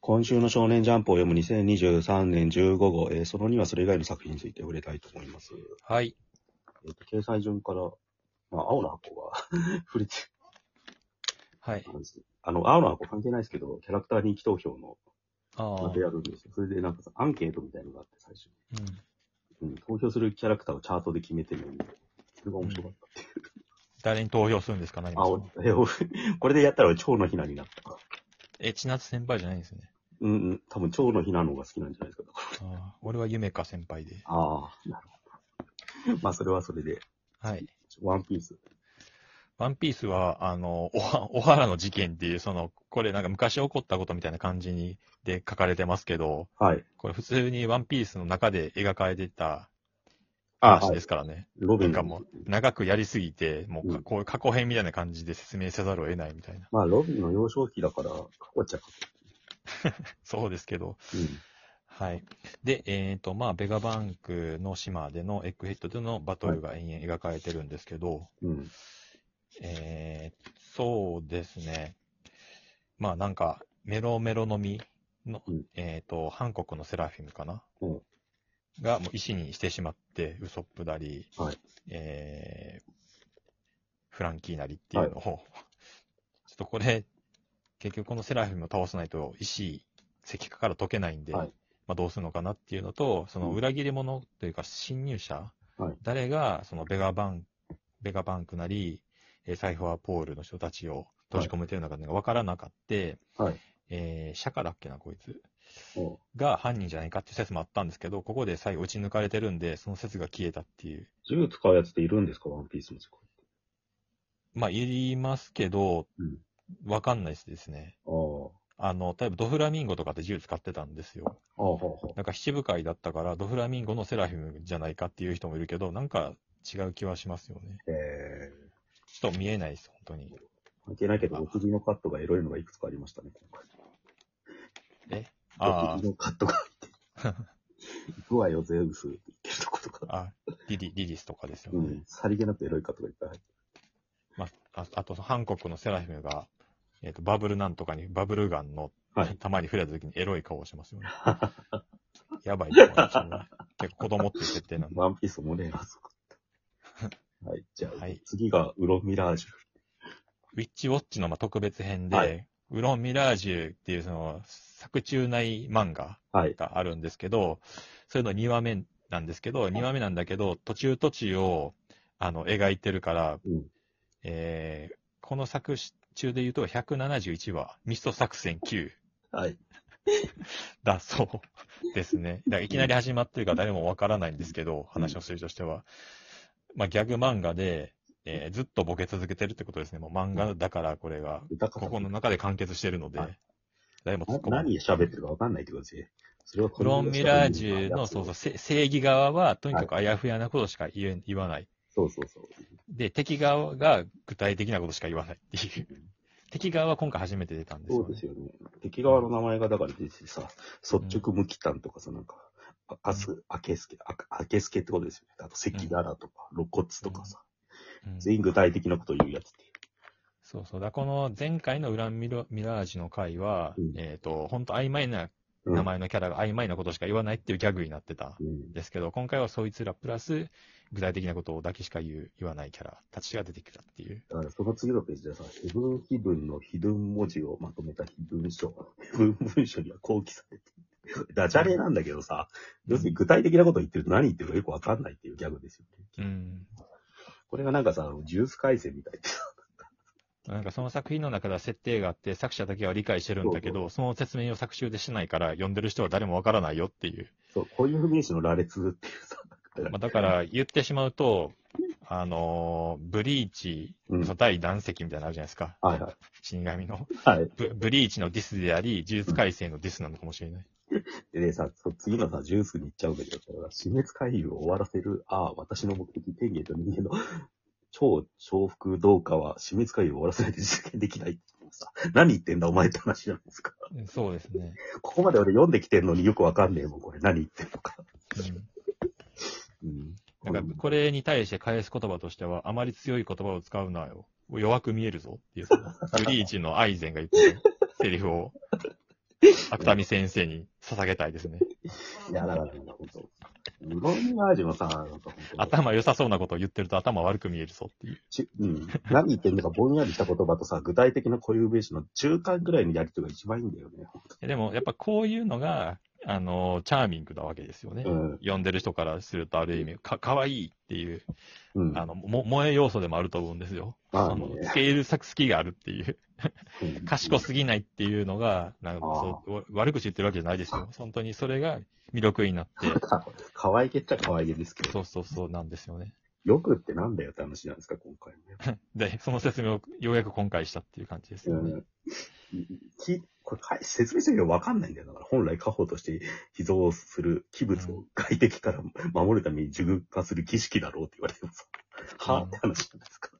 今週の少年ジャンプを読む2023年15号、えーその2はそれ以外の作品について触れたいと思います。はい。えーと掲載順から、まあ、青の箱が 触れてはい。たんです。あの、青の箱関係ないですけど、キャラクター人気投票のああ。またやるんですよ。それでなんかさアンケートみたいのがあって、最初うんに。うん、投票するキャラクターをチャートで決めてるのに、それが面白かった。誰に投票するんですか、何あ、もお。えお これでやったら蝶のひなになった。え、千夏先輩じゃないんですね。うんうん、多分蝶のひなの方が好きなんじゃないですか。ああ。俺は夢か先輩で。ああ、 なるほど。まあ、それはそれで、はい。ワンピース。ワンピースは、あの、おは、おは らの事件っていう、その、これなんか昔起こったことみたいな感じに、で書かれてますけど、はい。これ普通にワンピースの中で描かれてたあ話ですからね。ロビなンんかもう、長くやりすぎて、もううか、んこういう過去編みたいな感じで説明せざるを得ないみたいな。まあ、ロビンの幼少期だから、過去っちゃ過そうですけど、去。うん。はい。で、えっ、と、まあ、ベガバンクの島でのエッグヘッドでのバトルが延々描かれてるんですけど、うん。えーそうですね。まあ、なんか、メロメロの実の、うんえっ、と、韓国のセラフィムかな、うんが、もう石にしてしまって、ウソップなり、はいえーフランキーなりって いうのを、ちょっとこれ、結局このセラフィムを倒さないと、石、石化から解けないんで、はいまあ、どうするのかなっていうのと、そのうん裏切り者というか侵入者、はい誰がそのベガバンベガバンクなり、えーサイファーポールの人たちを閉じ込めてるのか分からなかって、はいえーシャカだっけな、こいつおが犯人じゃないかっていう説もあったんですけど、ここで最後打ち抜かれてるんで、その説が消えたっていう。銃使うやつっているんですかワンピースの世界って。まあ、いりますけどうん、分かんないですね。ああ。あの、例えばドフラミンゴとかって銃使ってたんですよ。ああ、はなんか七部会だったから、ドフラミンゴのセラフィムじゃないかっていう人もいるけど、なんか違う気はしますよね。あ。ええちょっと見えないです、本当に。関係ないけど、お首のカットがエロいのがいくつかありましたね、今回。あお首のカットが入って。 行くわよ、ゼウスって言ってるとことあ、か。あ、リリリリスとかですようね。ん。さりげなくエロいカットがいっぱい入ってまあ、ああと、韓国のセラフィムが、えっ、と、バブルなんとかに、バブルガンの、はい弾に触れた時にエロい顔をします よね。やばいと思いますよね結構子供っていう設定なんる。で。ワンピースもねえな、そこ。 はい。じゃあ、はい次がウロミラージュ。ウィッチウォッチのまあ特別編で、はいウロンミラージュっていうその、作中内漫画はい。があるんですけど、それの2話目なんですけど、2話目なんだけど、途中途中を、あの、描いてるから、うん。えーこの作中で言うと171話、ミスト作戦9はい。だそうですね。だからいきなり始まってるから誰もわからないんですけど、話の筋としては。まあ、ギャグ漫画で、えーずっとボケ続けてるってことですね。もう漫画だからこれが、歌かここの中で完結してるのではい、誰も突っ込まない。何喋ってるかわかんないけど、ぜそれはクロンミラージュの、そうそう、せ正義側は、とにかくあやふやなことしか言え言わない。そうそうそう。で、敵側が具体的なことしか言わないっていう。敵側は今回初めて出たんですそよ、うでねす。よね。敵側の名前がだから出てさ、率直無期短とかさ、なんか、あ明日、明けすけ、あ明けすけってことですよね。あと、関柄とか、露骨とかさ、うん全員具体的なことを言うやつっていう。そうそう。だこの前回のウランミラミラージュの回は、うんえっ、と、本当曖昧なうん名前のキャラが曖昧なことしか言わないっていうギャグになってたうんん。ですけど、今回はそいつらプラス、具体的なことだけしか言う、言わないキャラたちが出てきたっていう。だから、その次のページでさ、ヘブン気分の非文文字をまとめた非文 書。非文文書には後期されてる。ダジャレなんだけどさ、要するに具体的なことを言ってると何言ってるかよくわかんないっていうギャグですよね。うん。これがなんかさ、ジュース回線みたいで。なんかその作品の中では設定があって、作者だけは理解してるんだけど、その説明を作中でしないから、読んでる人は誰もわからないよっていう。そう、こういう不明詞の羅列っていうさ、まあ、だから言ってしまうと、あのーブリーチうんの第何席みたいなのあるじゃないですか。はいはい死神のはい。ブ。ブリーチのディスであり、呪術改正のディスなのかもしれない。でね、さ、そう次のさ、ジュースに行っちゃうんだけど、だから死滅回遊を終わらせる、ああ、私の目的、天元と人間の 超重複どうかは死滅回遊を終わらせないで実現できないっていうさ、何言ってんだお前って話じゃないですか。 そうですね。ここまで俺読んできてんのによくわかんねえもん、これ何言ってんのか。うん。うん、なんかこれに対して返す言葉としては、あまり強い言葉を使うなよ。弱く見えるぞっていう、そのブリーチのアイゼンが言ってるセリフを芥見先生に捧げたいですね。いや、だから、ね、ほんと。うどん味もさ、なんかほんと頭良さそうなことを言ってると頭悪く見えるぞっていう。ちうん。何言ってんのかぼんやりした言葉とさ、具体的な固有名詞の中間ぐらいのやりとりが一番いいんだよね。ほんとえでも、やっぱこういうのが、あの、チャーミングなわけですよね。うん。読んでる人からすると、ある意味、か、かわいいっていう、うん。あの、も、萌え要素でもあると思うんですよ。まあそのねスケール作好きがあるっていう、うん賢すぎないっていうのが、なんかそうわ悪口言ってるわけじゃないですよ。本当にそれが魅力になって、か可愛げっちゃ可愛げですけど、そうそうそうなんですよね。よくってなんだよって話なんですか、今回ね。で、その説明をようやく今回したっていう感じですよね。うんきこれか説明してるけど分かんないんだよ。だから本来家宝として秘蔵する器物を外敵から守るために熟化する儀式だろうって言われてもさ、はぁって話じゃないですか。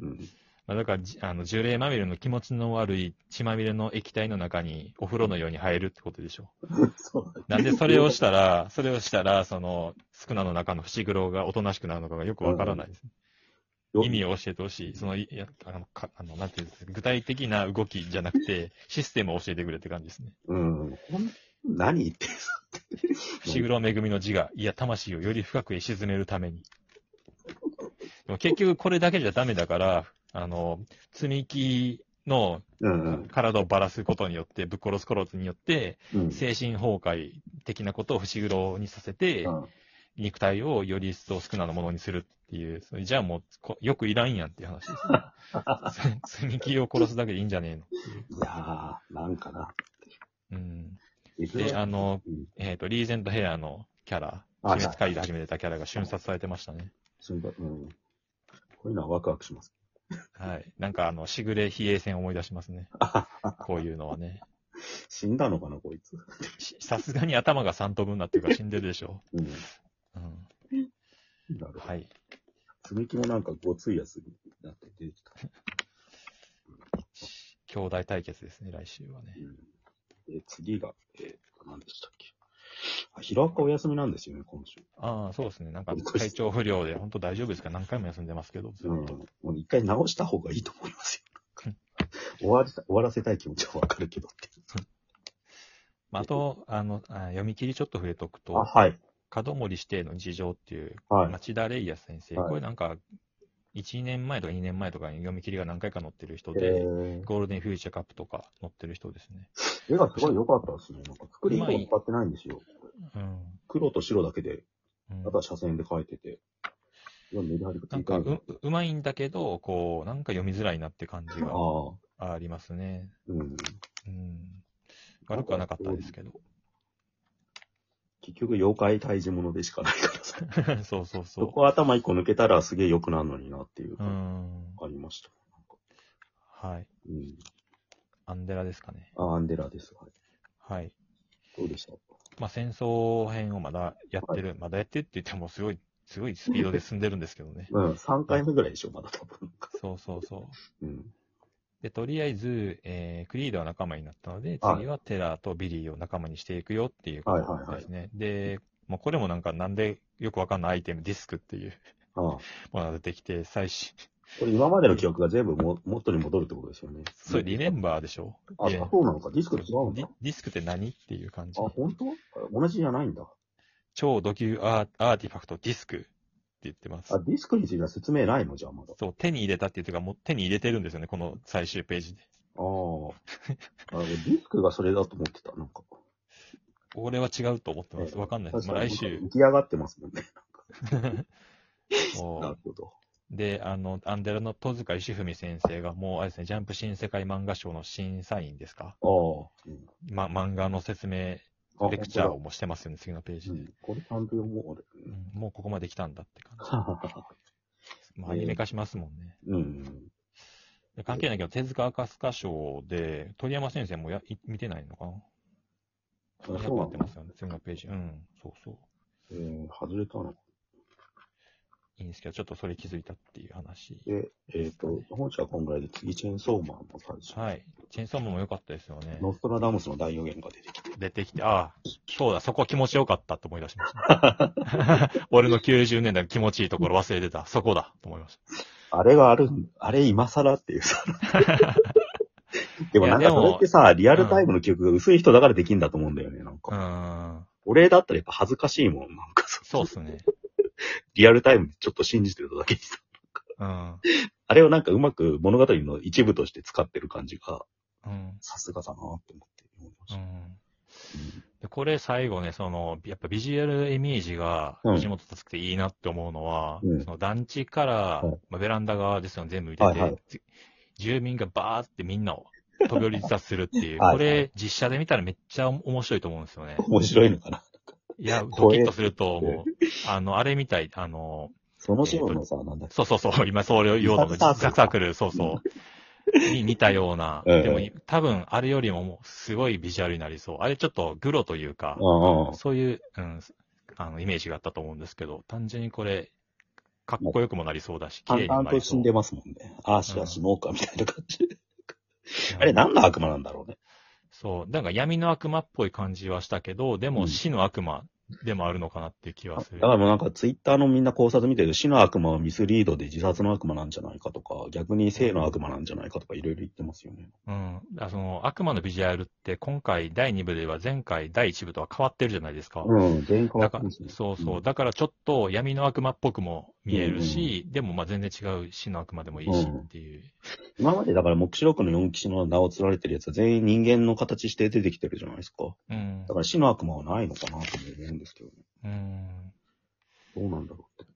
うん。まあ、だからじ、あの、呪霊まみれの気持ちの悪い血まみれの液体の中にお風呂のように入るってことでしょ。そうだねなんでそれをしたら、それをしたら、その、スクナの中の伏黒がおとなしくなるのかがよくわからないです、意味を教えてほしい。その、いいや、あの、かあのなんていうんですか、具体的な動きじゃなく て、システムを教えてくれって感じですね。うん。ほん何言ってんの伏黒恵みの字が、いや、魂をより深くへ沈めるために。でも結局これだけじゃダメだから、あの、積み木のうんうん体をばらすことによって、ぶっ殺すことによって、うん。精神崩壊的なことを伏黒にさせてう、ん肉体をより一層少なのものにするっていう、それじゃあもうこ、よくいらんやんっていう話です、ね。積み木を殺すだけでいいんじゃねえのっていう。いやー、なんかな。 うん。いで、あの、うんえっ、と、リーゼントヘアのキャラ、あ鬼滅会で始めてたキャラが瞬殺されてましたね。心配うん。こういうのはワクワクします。はい。なんかあの、しぐれ比叡戦思い出します ね。こういうのはね。死んだのかな、こいつ。しさすがに頭が3飛ぶんだっていうか死んでるでしょ。うん。うん。なるほどはい。積み木もなんかごついやつになって出てきた。兄弟対決ですね、来週はね。で、次が、えー、何でしたっけ。あ、ヒロアカお休みなんですよね、今週。ああ、そうですね。なんか体調不良で、本当大丈夫ですか何回も休んでますけど、ずっうん。と。もう一回直した方がいいと思いますよ。終わりた終わらせたい気持ちはわかるけどってまあ、あと、あの、あ読み切りちょっと触れとくあ、と、はい。角森指定の事情っていう、はい。町田レイヤ先生、はいこれなんか、1年前とか2年前とかに読み切りが何回か載ってる人えで、ー、ゴールデンフューチャーカップとか載ってる人ですね。絵がすごい良かったですね。なんか作りも使ってないんですよ。うん。黒と白だけで、うんあとは斜線で描いてて。いや、メリハリがな効んいたかんだう、うまいんだけど、こう、なんか読みづらいなって感じあがあ、ありますね。うん。うん。悪くはなかったですけど。結局、妖怪退治者でしかないからさ。 そうそうそそこ頭一個抜けたらすげえ良くなるのになっていうう。う感ん。じありました。はい。なんかアンデラですかね。うん。あ、アンデラです。はい。はい。どうでした。まあ、戦争編をまだやってる、まだやってって言っても、すごい、すごいスピードで進んでるんですけどね うん、3回目ぐらいでしょ、まだ多分。そうそうそう。うん。で、とりあえず、えークリードは仲間になったので、はい次はテラーとビリーを仲間にしていくよっていうことですね。はいはいで、もうこれもなんか、なんでよくわかんないアイテム、ディスクっていう ああ。ものが出てきて、最新、これ今までの記憶が全部も元に戻るってことですよね。それリメンバーでしょあ、でそうなのか。ディスクと違うんディだ。ディスクって何っていう感じあ、。本当？あ同じじゃないんだ。超ド級アーアーティファクトディスクって言ってますあ、。ディスクについては説明ないのじゃあ、まだ。そう、手に入れたっていうか、もう手に入れてるんですよね、この最終ページで。ああ。あディスクがそれだと思ってた、なんか。俺は違うと思ってます。わかんないです。確まあ、かに来週浮。き上がってますもんね。そうなるほど。で、あの、アンデラの戸塚石文先生が、もう、あれですね、ジャンプ新世界漫画賞の審査員ですか、ああうんま、漫画の説明、あ。レクチャーをもしてますよね、次のページうで、ん。これちゃんと読もう。俺うんもうここまで来たんだって感じ。まえあ、アーニメ化しますもんね。うん。で関係ないけど、手塚赤塚賞で、鳥山先生もやい見てないのかなあやっぱ合ってますよね、次のページ。うん、そうそう。えー、外れたの。いいんですけど、ちょっとそれ気づいたっていう話。で、えっ、と、本社はこんぐらいで次、チェーンソーマンの最初。はい。チェーンソーマンも良かったですよね。ノストラダムスの大予言が出てきて。出てきて、ああ、そうだ、そこ気持ちよかったって思い出しま した。俺の90年代の気持ちいいところ忘れてた。そこだ、と思いましあれがあるん、あれ今更っていうさ。でもなんかいやそでもれってさ、リアルタイムの記憶が薄い人だからできんだと思うんだよね、なんうか。ん。俺だったらやっぱ恥ずかしいもん、なんかさ、そうっすね。リアルタイムでちょっと信じてるだけにさ。うん。あれをなんかうまく物語の一部として使ってる感じが、うん。さすがだなって思って思いましうた。ん。で、これ最後ね、その、やっぱビジュアルイメージが、うん藤本つくていいなって思うのは、うんその団地から、はいまあ、ベランダ側ですよね、全部見てて、はいはいじ住民がバーってみんなを飛び降り自殺するっていう、はいはいこれ実写で見たらめっちゃ面白いと思うんですよね。面白いのかないや、ド怖キえッとすると、もう、あの、あれみたい、あの、そのシーンのさ、なんだっけそうそうそう、 今それを言おうと思って、自自殺殺ササーークル、そう そう。に似たような。うんでも、多分、あれよりももう、すごいビジュアルになりそう。あれちょっと、グロというか、ああ、そういう、うん、あの、イメージがあったと思うんですけど、単純にこれ、かっこよくもなりそうだし、綺麗淡々にもなとり死そんう。でますもんね。ああ、しうやん死のうか、みたいな感じ。うんあれ何の悪魔なんだろうね。そう。なんか闇の悪魔っぽい感じはしたけど、でうもん死の悪魔でもあるのかなっていう気はすだる。からもうなんかツイッターのみんな考察見てる死の悪魔はミスリードで自殺の悪魔なんじゃないかとか、逆に性の悪魔なんじゃないかとかいろいろ言ってますよね。うん。だからその、悪魔のビジュアルって、今回第2部では前回第1部とは変わってるじゃないですか。うん、全員変わだってかますね。そうそう、うんだからちょっと闇の悪魔っぽくも見えるし、でもまあ全然違う死の悪魔でもいいしっていう。今までだから黙示録の四騎士の名を釣られてるやつは全員人間の形して出てきてるじゃないですか。うんだ。から死の悪魔はないのかなとも思うんですけどね。うん。どうなんだろうって。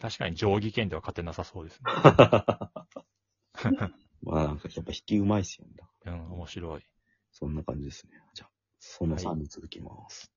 確かに上義剣では勝てなさそうです ね。 まあなんかやっぱ引きうまいっすよね。うん、面白い。そんな感じですね。じゃあ、そのはい3に続きます。